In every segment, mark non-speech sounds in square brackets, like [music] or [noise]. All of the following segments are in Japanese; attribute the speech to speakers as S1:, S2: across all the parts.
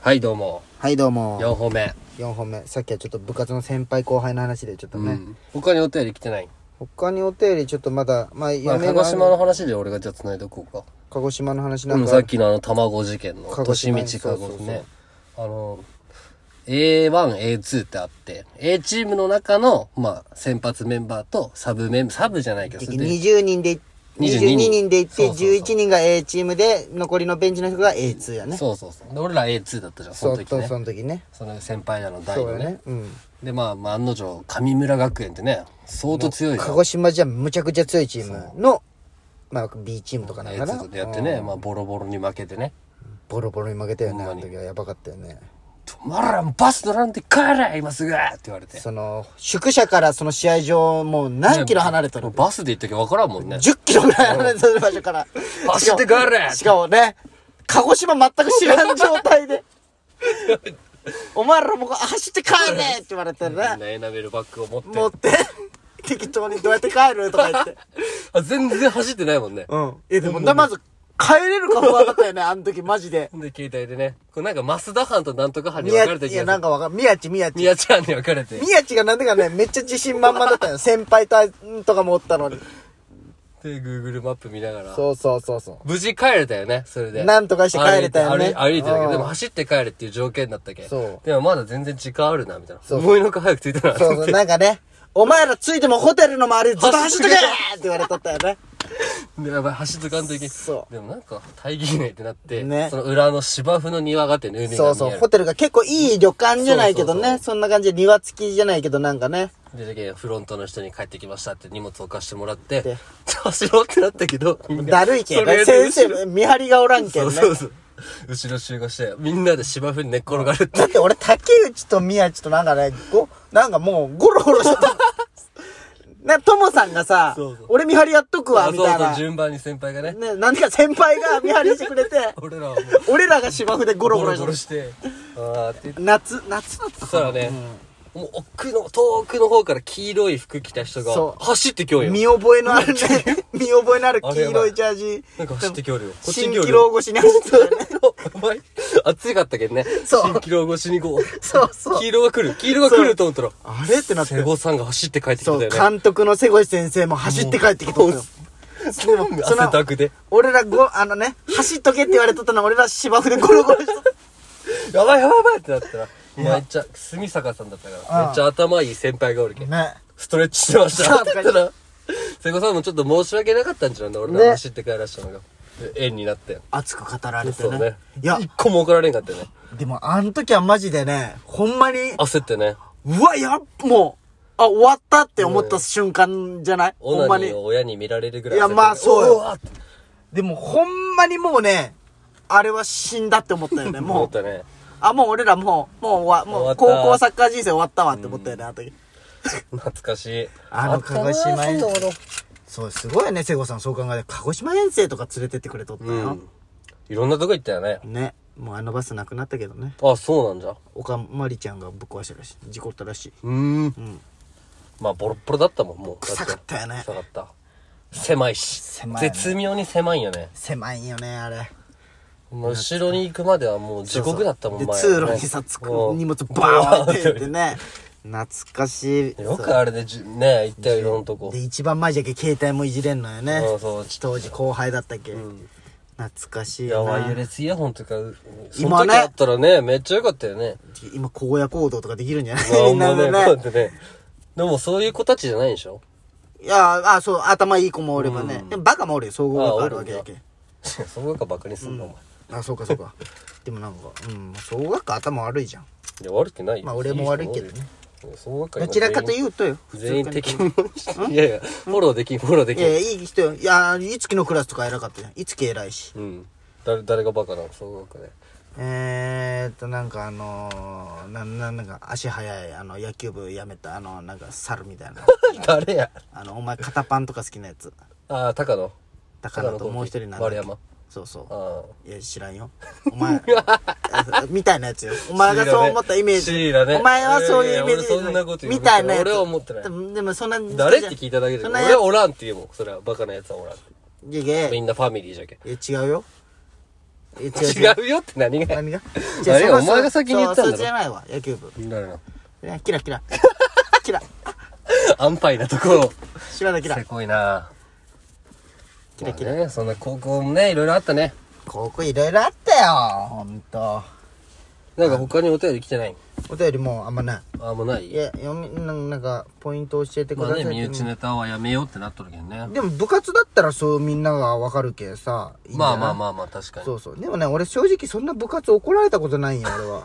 S1: はいどうも
S2: はいどうも
S1: 4本目、
S2: 4本目さっきはちょっと部活の先輩後輩の話でちょっと
S1: う
S2: ね、
S1: ん、他にお便り来てない、
S2: 他にお手入れちょっとまだまあ
S1: まあ、
S2: 嫁
S1: 鹿
S2: が
S1: 児
S2: ある
S1: 島の話で俺がじゃあ繋いでおこうか
S2: 鹿児島の話な
S1: うんんさ
S2: か
S1: っきのあの卵事件の
S2: 鹿
S1: 都市
S2: 児島
S1: 道鹿
S2: そう
S1: 児
S2: そうそう
S1: ねあの A1A2 ってあって A チームの中の、まあ、先発メンバーとサブメンサブじゃないけどそれで
S2: 20人で
S1: 22
S2: 22人で行っ
S1: そう
S2: て
S1: そうそう
S2: 11人が A チームで残りのベンチの人が A2 やね
S1: そうそうそうで俺ら A2 だったじゃんそ
S2: そ
S1: の
S2: う
S1: 時
S2: そう
S1: ねそ
S2: その時ね
S1: の先輩らの代
S2: そう
S1: の
S2: や
S1: ね
S2: ねうん
S1: でまあ、まあ、案の定神村学園ってね相当強いじゃん
S2: 鹿児島じゃむちゃくちゃ強いチームのまあ B チームとかなんかな
S1: A2 でやってね、まあ、ボロボロに負けてね
S2: うんボロボロに負けたよね
S1: ほ
S2: あ
S1: んまに
S2: の時はやばかったよね
S1: 止まらんバス乗らんで帰れ今すぐって言われて
S2: その宿舎からその試合場もう何キロ離れてる
S1: もうバスで行った時分からんもんね
S2: 10キロぐらい離れてる場所から。
S1: 走って帰れ
S2: しかもね、鹿児島全く知らん状態 [laughs] で。お前らもう走って帰れって言われてね。
S1: エナメルバッグを持って
S2: 持って、適当にどうやって帰るとか言って。
S1: あ全然走ってないもんね、
S2: うん。え、でもな、まず、帰れるか不安だったよね、あの時マジで。
S1: で携帯でねこれなんか増田藩となんとか藩に分
S2: 宮
S1: かれた
S2: 地、い
S1: 気が
S2: や、
S1: す
S2: な
S1: る
S2: んかわかん、宮地、宮地。
S1: 宮地藩に分かれて
S2: 宮地がなんでかね、めっちゃ自信満々だった [laughs] よ。先輩とあ、とかもおったのに。
S1: で Google マップ見ながら
S2: そうそうそうそう。
S1: 無事帰れたよねそれで
S2: なんとかして帰れたよ
S1: 歩いて
S2: ね
S1: 歩い歩いてたけ
S2: う
S1: ど
S2: ん
S1: でも走って帰れっていう条件だったけ
S2: そう
S1: でもまだ全然時間あるなみたいな
S2: そう
S1: 思いのほか早く着いたな
S2: そうそう、なんかね、お前らついてもホテルの周りずっと走っとけって言われとったよね。
S1: でやばい走っとかんといけん
S2: そう
S1: でもなんか大義ねってなって、
S2: ね
S1: その裏の芝生の庭があってね海が見える
S2: そうそう、ホテルが結構いい旅館じゃないけどね、そ
S1: そうそう
S2: んな感じで庭付きじゃないけどなんかね、
S1: でだけどフロントの人に帰ってきましたって荷物を貸してもらって
S2: で
S1: 走ろうってなったけど
S2: だるいけ
S1: そ
S2: んね
S1: れ
S2: 先生、見張りがおらんけ
S1: そ
S2: ん
S1: う
S2: ね。
S1: そうそう後ろ集合してみんなで芝生に寝っ転がるって
S2: だって俺、竹内と宮地となんかね、ご、なんかもう、ゴロゴロしてた。 [laughs] な、ともさんがさ
S1: そうそう、
S2: 俺見張りやっとくわ、
S1: そう
S2: み
S1: そ
S2: たいうな。
S1: 順番に先輩がね
S2: ね、なんでか先輩が見張りしてくれて、
S1: [laughs] 俺らはもう
S2: 俺らが芝生でゴロ
S1: ゴ
S2: ゴ
S1: ロゴ
S2: ロし
S1: ロ
S2: て
S1: してあーって言って
S2: た。夏、夏だった
S1: そしたらね、もう奥の遠くの方から黄色い服着た人
S2: そ
S1: が
S2: う
S1: 走ってきようよ
S2: 見覚えのあ
S1: [laughs]
S2: るね。見覚えのある黄色いジャージ。
S1: なんか走ってきよるよ。こっち
S2: 新
S1: に来よ
S2: 規
S1: るよ。
S2: 老越しに走ってたよね。
S1: [laughs] お前、暑かったけどね。
S2: そう
S1: 新キロ越しにこう。
S2: そうそう
S1: 黄。色が来る。黄色が来ると思ったら、
S2: あれってなって
S1: 瀬。尾さんが走って帰ってきた
S2: そ
S1: んだ
S2: う、
S1: よね。
S2: 監督の瀬越先生も走って帰ってきたのよ。
S1: でも、
S2: その
S1: 汗だくで。
S2: 俺らご、あのね、走っとけって言われとったの俺ら芝生でゴロゴロしとった。
S1: やばいやばいやばいってなったら、めっちゃ、住坂さんだったから、
S2: うん
S1: めっちゃ頭いい先輩がおるけん。
S2: ね。
S1: ストレッチしてまし
S2: そ
S1: た。
S2: うと
S1: だ
S2: か言
S1: っ
S2: っ
S1: てたら、瀬尾さんもちょっと申し訳なかったんじゃないの俺ら
S2: ね
S1: 走って帰らしたのが。で縁になって。
S2: 熱く語られて
S1: そう
S2: ね。
S1: ね。
S2: いや、
S1: 一個も怒られんかったよね。
S2: でもあの時はマジでね、ほんまに、
S1: 焦ってね。
S2: うわ、やっ、もう、あ、終わったって思った瞬間じゃないほん
S1: オナ
S2: ま
S1: ニ
S2: に
S1: ー。を親に見られるぐらい
S2: いやまあそうよ
S1: うわーって
S2: でもほんまにもうね、あれは死んだって思ったよ
S1: [laughs]
S2: ね、
S1: 思
S2: も
S1: っ
S2: う。
S1: たね。
S2: あ、もう俺らもう、もう終わ、もう
S1: 終わった
S2: 高校サッカー人生終わったわって思ったよね、あの時。
S1: 懐かしい。
S2: あの鹿児島
S1: あったな
S2: 遠
S1: そんな
S2: 征。そう、すごいよね、瀬ゴさん、そう考えて。鹿児島遠征とか連れてってくれとった
S1: う
S2: よ
S1: ん。。いろんなとこ行ったよね。
S2: ね。もうあのバスなくなったけどね。
S1: あ、そうなんじゃ。
S2: おかまりちゃんがぶっ壊したらしい。事故ったらしい。
S1: うん。まあ、ボロッボロだったもん、もう。
S2: 臭かったよね
S1: 臭かった。狭いし。
S2: 狭いね
S1: 絶妙に狭いよね。
S2: 狭いよね、あれ。
S1: もう後ろに行くまではもう地獄だったもん、
S2: で、
S1: 前
S2: 通路にさ、つく荷物バーンってやってね。懐か
S1: [laughs]
S2: しい。
S1: よくあれでじゅ、ね、行ったよ、いろんなとこ
S2: で、。一番前じゃけ、携帯もいじれんのよね。
S1: そうそう
S2: 当時後輩だったっけ。懐かしい
S1: いや、
S2: よな
S1: ワイヤレスイヤホンとか、その
S2: 今
S1: 時
S2: ね
S1: あったらね、めっちゃよかったよね。
S2: [laughs] 今、荒野行動とかできるんじゃない
S1: まあ
S2: みん [laughs] なで
S1: まあこう
S2: ね
S1: やっ。てね。でもそういう子たちじゃないでしょ [laughs]
S2: いやあ、そう、頭いい子もおればね。でもバカもおるよ、総合学科あるわけだけ。
S1: そこがバカにすんの、お前。
S2: あ、そうかそうか。 [laughs] でもなんか、うん、総合学科頭悪いじゃん。
S1: いや、悪くないよ。
S2: まあ俺も悪いけ
S1: い
S2: どね
S1: い人多いよ。そうばっかり
S2: どちらかというとよ。
S1: 全員全員敵 [laughs] に。いやいや、フォローできん、フォローで
S2: い
S1: きん
S2: や。いや、いい人よ。いや、いつきのクラスとか偉かったじゃん。いつき偉いし。
S1: うん。誰、誰がバカなのそうばっかね。
S2: えーっと、なんかあのー、なん、なんなんか足早い、あの、野球部辞めた、あの、なんか猿
S1: [laughs]
S2: みたいな。
S1: 誰や
S2: あの、お前、肩パンとか好きなやつ。
S1: ああ、高野。
S2: 高野ともう一人なんだっ
S1: 丸
S2: け
S1: 山。
S2: そうそ
S1: あ
S2: う。いや、知ら
S1: [laughs]
S2: んよ。お前、みたいなやつよ。お前がそう思ったイメージ。
S1: シーラね
S2: お前はそういうイメー
S1: い
S2: ジ。
S1: やいや俺そんなこと言う
S2: みたいなやつ。
S1: 俺は思ってない
S2: でも、でもそんな。
S1: あ。誰って聞いただけで、
S2: そんなや
S1: 俺はおらんって言うもん。それはバカなやつはおらん。
S2: いやいや
S1: みんなファミリーじゃけん。
S2: いや違うよ。え違う違う
S1: 違うよって何が
S2: 何が
S1: [laughs] あれ
S2: 違うその
S1: お前が先に言ったんだろ
S2: そうそれじゃないわ野球部
S1: 誰の
S2: いやキラキラキラ
S1: 安牌なところ。
S2: 柴田キラ
S1: せこいな
S2: キラキラ
S1: まあね、そんな高校もね、いろいろあったね。
S2: 高校いろいろあったよほんと
S1: なんか他にお便り来てない
S2: お便りもうあんまない
S1: あ、もうない
S2: いや読みなんなんかポイント教えてく
S1: ま
S2: だ
S1: あ
S2: さい
S1: ね、
S2: って
S1: 身内ネタはやめようってなっとるけどね。
S2: でも部活だったらそうみんながわかるけさいいんじゃ
S1: ま
S2: な
S1: あ
S2: い
S1: まあまあまあ、確かに
S2: そ。うそうでもね俺正直そんな部活怒られたことないんよ
S1: [laughs]
S2: 俺は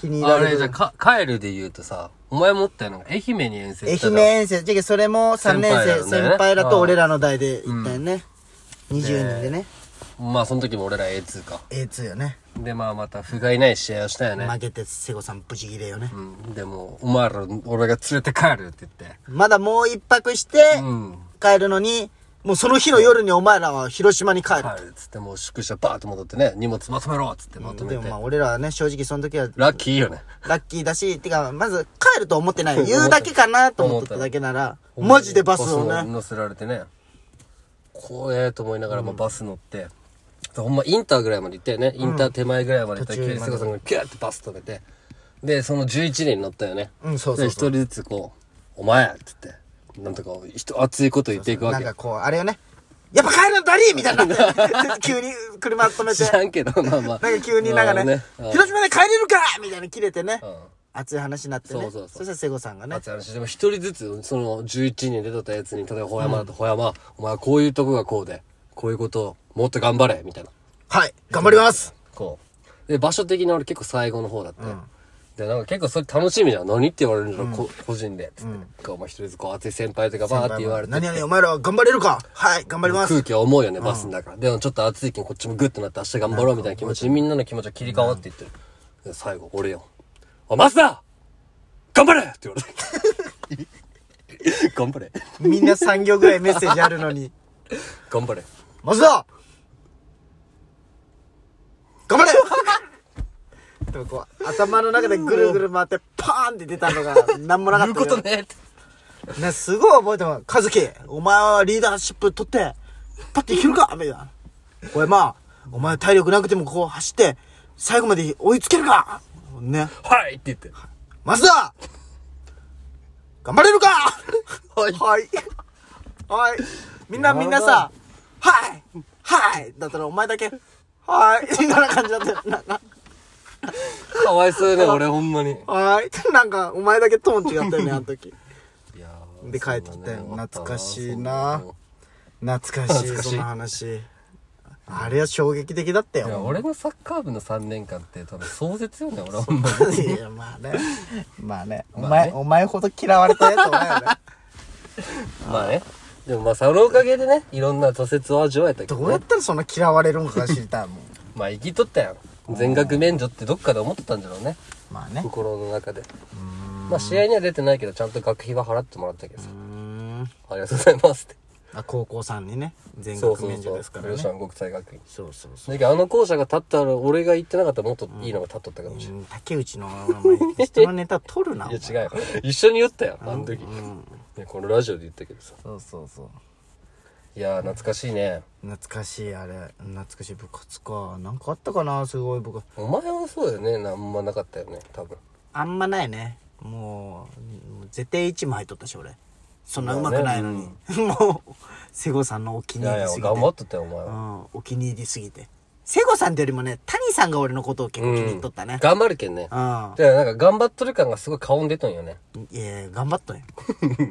S2: 気に入
S1: あ
S2: られ
S1: れ、
S2: る
S1: じゃあか、帰るで言うとさ、お前持ったよな、愛媛に遠征行
S2: 愛
S1: ったじ
S2: 媛
S1: ゃん。
S2: 遠征じゃあそれも3年
S1: 先輩ら
S2: 生
S1: の
S2: 先
S1: ね
S2: 輩らと俺らの代で行ったよね、20人でね
S1: まあ、その時も俺ら A2 か。
S2: A2 よね
S1: で、まあ、また、不甲斐ない試合をしたよね。
S2: 負けて瀬古さんブチギレよね、
S1: うん。でも、お前ら、俺が連れて帰るって言って。
S2: まだもう一泊して
S1: うん。
S2: 帰るのに、もうその日の夜にお前らは広島に帰る、
S1: 帰るっつって、もう宿舎バーッと戻ってね、荷物まとめろっつってまとめ
S2: で
S1: て。
S2: もまあ俺らはね正直その時は
S1: ラッキーよね。
S2: ラッキーだし、てか、まず帰ると思ってない。言うだけかなと思ってただけなら、マジでバスをね。
S1: 乗せられてね。怖えと思いながら、まあ、バス乗って。ほんま、インターぐらいまで行ったよね。インター手前ぐらいまで行ったら、
S2: 途
S1: 急
S2: 中
S1: に
S2: ま
S1: 瀬
S2: で
S1: 古さんがキューってバス止めて。で、その11人に乗ったよね。
S2: うんそうそうそう
S1: で、一人ずつこう、お前って言って、なんとか、人、熱いこと言っていくわ
S2: なん
S1: け
S2: か。こう、あれよね。やっぱ帰るのだりーみたいな。
S1: [laughs]
S2: 急に車止めて
S1: 知。らんけど、まあまあ。
S2: なんか急になんかね、
S1: まあ
S2: 広島で帰れるかみたいな切れてね、
S1: ん
S2: 熱い話になってね。
S1: そうそうそう
S2: したら瀬古さんがね
S1: 熱、い話でも一人ずつその11人出とったやつに例えば「ほやまだと「ほやまお前はこういうとこがこうでこういうことをもっと頑張れ」みたいな
S2: はい、頑張ります
S1: こうで場所的に俺結構最後の方だったよ、でなんか結構それ楽しみじゃん何って言われるんだろう、こ個人でつって、こうお前一人ずつこう熱い先輩とかバーって言われて
S2: 何々お前らは頑張れるかはい、頑張ります
S1: 空気は重いよね、バスの中。でもちょっと暑いけん、こっちもグッとなって明日頑張ろうみたいな気持ちで、みんなの気持ちが切り替わっていってる。で最後、俺よ。おい、マスだ頑張れって言われて。頑張れ。
S2: みんな3行ぐらいメッセージあるのに。
S1: 頑張れ。
S2: マスダ頑張れ [laughs] でもこう、頭の中でぐるぐる回って、パーンって出たのが、なんもなか
S1: 言
S2: っ
S1: う
S2: たよ
S1: ことねって。
S2: ね、すごい覚えてます。カズキ、お前はリーダーシップ取って、パッていけるかみたいな。これまあ、お前体力なくてもこう走って、最後まで追いつけるかね。
S1: はいって言って。
S2: マスダ頑張れるか
S1: はい
S2: はい。はい。みんな、
S1: やばい
S2: みんなさ、はいはいだったらお前だけ、はい [laughs] みたいな感じだったよ。なな
S1: かわいそうよね、俺ほんまに。い
S2: はいなんか、お前だけトーン違 [laughs] ったよね、あの時。
S1: やー
S2: で帰ってきたよ
S1: そんね
S2: 懐かしいな
S1: そんね
S2: 懐かしい、
S1: 懐かしい
S2: その話。あれは衝撃的だった
S1: いや、
S2: よ。
S1: 俺のサッカー部の3年間って多分壮絶よね、俺ほんまに。
S2: [laughs] いや、まあね。まあね。お前、お前ほど嫌われたやつお前よね。
S1: まあね。でもまあ、そのおかげでね、いろんな挫折を味わえたけど、ね。
S2: [laughs] どうやったらそんな嫌われるんか知りたいもん。
S1: まあ生きとったやん全額免除ってどっかで思ってたんじゃろうね
S2: まあね。
S1: 心の中でまあ試合には出てないけどちゃんと学費は払ってもらったけどさ
S2: うーん。
S1: ありがとうございますって
S2: あ高校さんにね、全
S1: そう
S2: 額
S1: そう
S2: 免除
S1: そう
S2: ですからね。
S1: 吉
S2: そう
S1: 安国際学院
S2: そうそう。
S1: だけどあの校舎が立ったら俺が行ってなかったらもっといいのが立っとったかもしれ
S2: うん竹内のお前人のネタ取るな。お
S1: ない
S2: 前
S1: いや違うよ一緒に言ったよあの時いやこのラジオで言ったけどさ
S2: そうそうそう。
S1: いやー懐かしいね
S2: 懐かしいあれ、懐かしい部活か。なんかあったかな、すごい部活。
S1: お前はそうだよねなんまなかったよね多分
S2: あんまないね。もう、もう絶対一枚入っとったし、俺。そんな上手くないのに。 [laughs] もう、瀬古さんのお気
S1: い
S2: に入
S1: やい
S2: り
S1: や
S2: すぎて。
S1: 頑張っとったよお前
S2: う
S1: は
S2: ん、お気に入りすぎて。瀬古さんってよりもね、谷さんが俺のことを結構気に入っとったね。
S1: 頑張るけんね
S2: う
S1: だ
S2: ん。
S1: からなんか頑張っとる感がすごい顔に出とんよ
S2: [laughs]
S1: ね
S2: いやいや、頑張ったよ。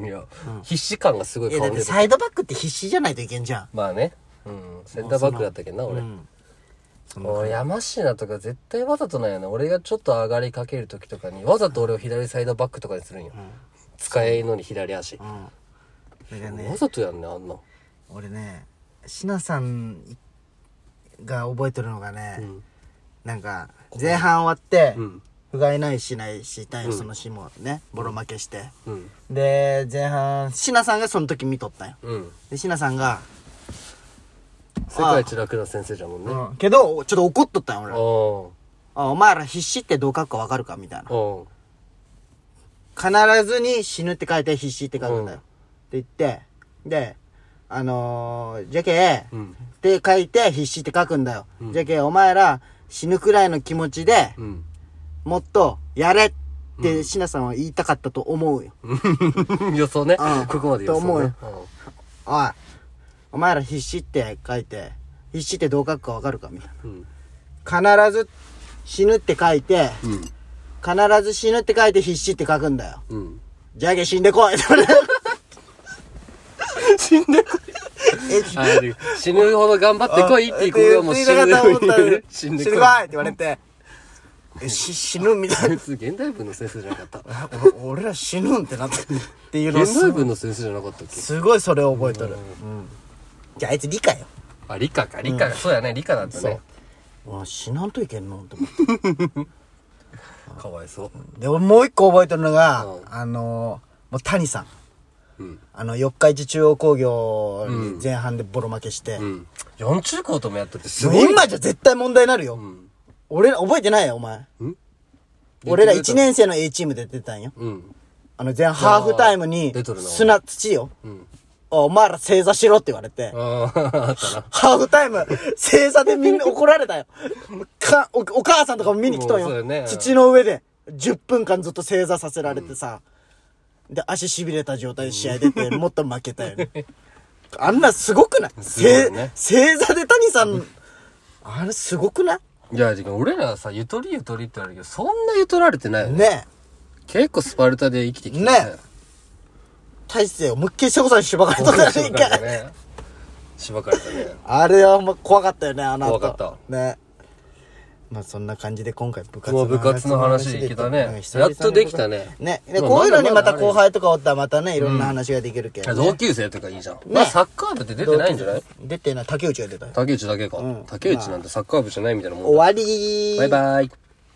S1: いや、必死感がすごい
S2: いや、
S1: 顔
S2: だっ
S1: に
S2: て
S1: 出た。
S2: サイドバックって必死じゃないといけんじゃん。
S1: まあね。うん。センターバックだったけどな、
S2: う
S1: 俺。
S2: ん。そんな
S1: 俺、山科とか絶対わざとなんやね。俺がちょっと上がりかける時とかに、わざと俺を左サイドバックとかにするんよ。使えんのに左足。
S2: う
S1: わ
S2: ん。だからね、
S1: ざとやんね、あんな。
S2: 俺ね、しなさんが覚えてるのがね、なんか、前半終わって、
S1: うん
S2: 不甲斐ないしないし、たいそのシーンもね、ボロ負けして。
S1: うん。
S2: で、前半、しなさんがその時見とったんよ。
S1: うん。
S2: で、しなさんが、
S1: 世界一楽な先生じゃもんね。
S2: うんけど、ちょっと怒っとったんよ、俺。
S1: お
S2: あお前ら必死ってどう書くかわかるかみたいな
S1: ー。お
S2: 必ずに死ぬって書いて必死って書くんだよ。って言って、で、あのー、じゃけ、って書いて必死って書くんだよ。じゃけ、お前ら死ぬくらいの気持ちで、
S1: うん。
S2: もっとやれって、シナさんは言いたかったと思うよ。
S1: [laughs] 予想ね
S2: うん。
S1: ここまで予想、ね。
S2: と思うよおい、お前ら必死って書いて、必死ってどう書くかわかるかみたい
S1: うん。
S2: な。必ず死ぬって書いて、
S1: うん。
S2: 必ず死ぬって書いて必死って書くんだよ。
S1: うん。
S2: じゃけ死んで
S1: [laughs]
S2: こいそれ
S1: 死んでこい。死ぬほど頑張ってこいっていうことはもう死
S2: 死ぬ
S1: ぬ
S2: こい
S1: [laughs] 死
S2: 死
S1: ん
S2: ん
S1: で
S2: で
S1: こい
S2: こい。って言われて、えし死ぬみたい
S1: こ
S2: な。
S1: いつ現代文の先生じゃなかった。
S2: お俺ら死ぬんってなって。っていうのを
S1: 現
S2: す
S1: 代文の先生じゃなかったっけ
S2: すごいそれを覚えとる。うんじゃああいつ理科よ。
S1: あ、理科か。理科が、そうやね。理科だったね。
S2: うわ死なんといけんのって思って。
S1: かわいそう。
S2: で、俺もう一個覚えてるのが、
S1: うん
S2: あのー、もう谷さん。
S1: うん。
S2: あの、四日市中央工業に前半でボロ負けして。
S1: うん。四中高ともやったってす
S2: も
S1: ご
S2: う
S1: い。
S2: 今じゃ絶対問題になるよ。
S1: ん
S2: 俺ら、覚えてないよ、お前。
S1: ん
S2: 俺ら1年生の A チームで出たんよ。
S1: うん。
S2: あの、前ハーフタイムに
S1: 出とる、な
S2: 砂土よ。
S1: うん。
S2: おお前ら正座しろって言われて。
S1: ああ、あったな。
S2: ハーフタイム、正座でみんな怒られたよ。か、お、お母さんとかも見に来とん
S1: もうそう
S2: よ。
S1: よね
S2: 土の上で、10分間ずっと正座させられてさ。で、足痺れた状態で試合出て、もっと負けたよね。あんなすごくない
S1: すごい
S2: せ
S1: ね
S2: 正座で谷さん、あれすごくない
S1: いや、てか俺らさ、ゆとりゆとりって言われるけど、そんなゆとられてないよね。
S2: ねえ。
S1: 結構スパルタで生きてきた
S2: ね大勢思いっきりせこさんにしばかれとったじゃねえ [laughs]
S1: なんか
S2: か。
S1: ね。しばかれたね。
S2: あれはほんま怖かったよね、あの後。
S1: 怖か
S2: った。ね。まあそんな感じで今回部活
S1: もう部活の話できたね
S2: うん久々に
S1: やっとできたね
S2: ね。で、
S1: まあ
S2: こういうのに
S1: ま
S2: ま
S1: だまだ
S2: た後輩とかおったらまたね、いろんな話ができるけど、ね。
S1: 同級生とかいいじゃん。まあサッカー部って出てないんじゃない
S2: 出てない。竹内が出たよ。
S1: 竹内だけか。竹内なんてサッカー部じゃないみたいなもん
S2: 終
S1: だ。
S2: わりー。
S1: バイバイ。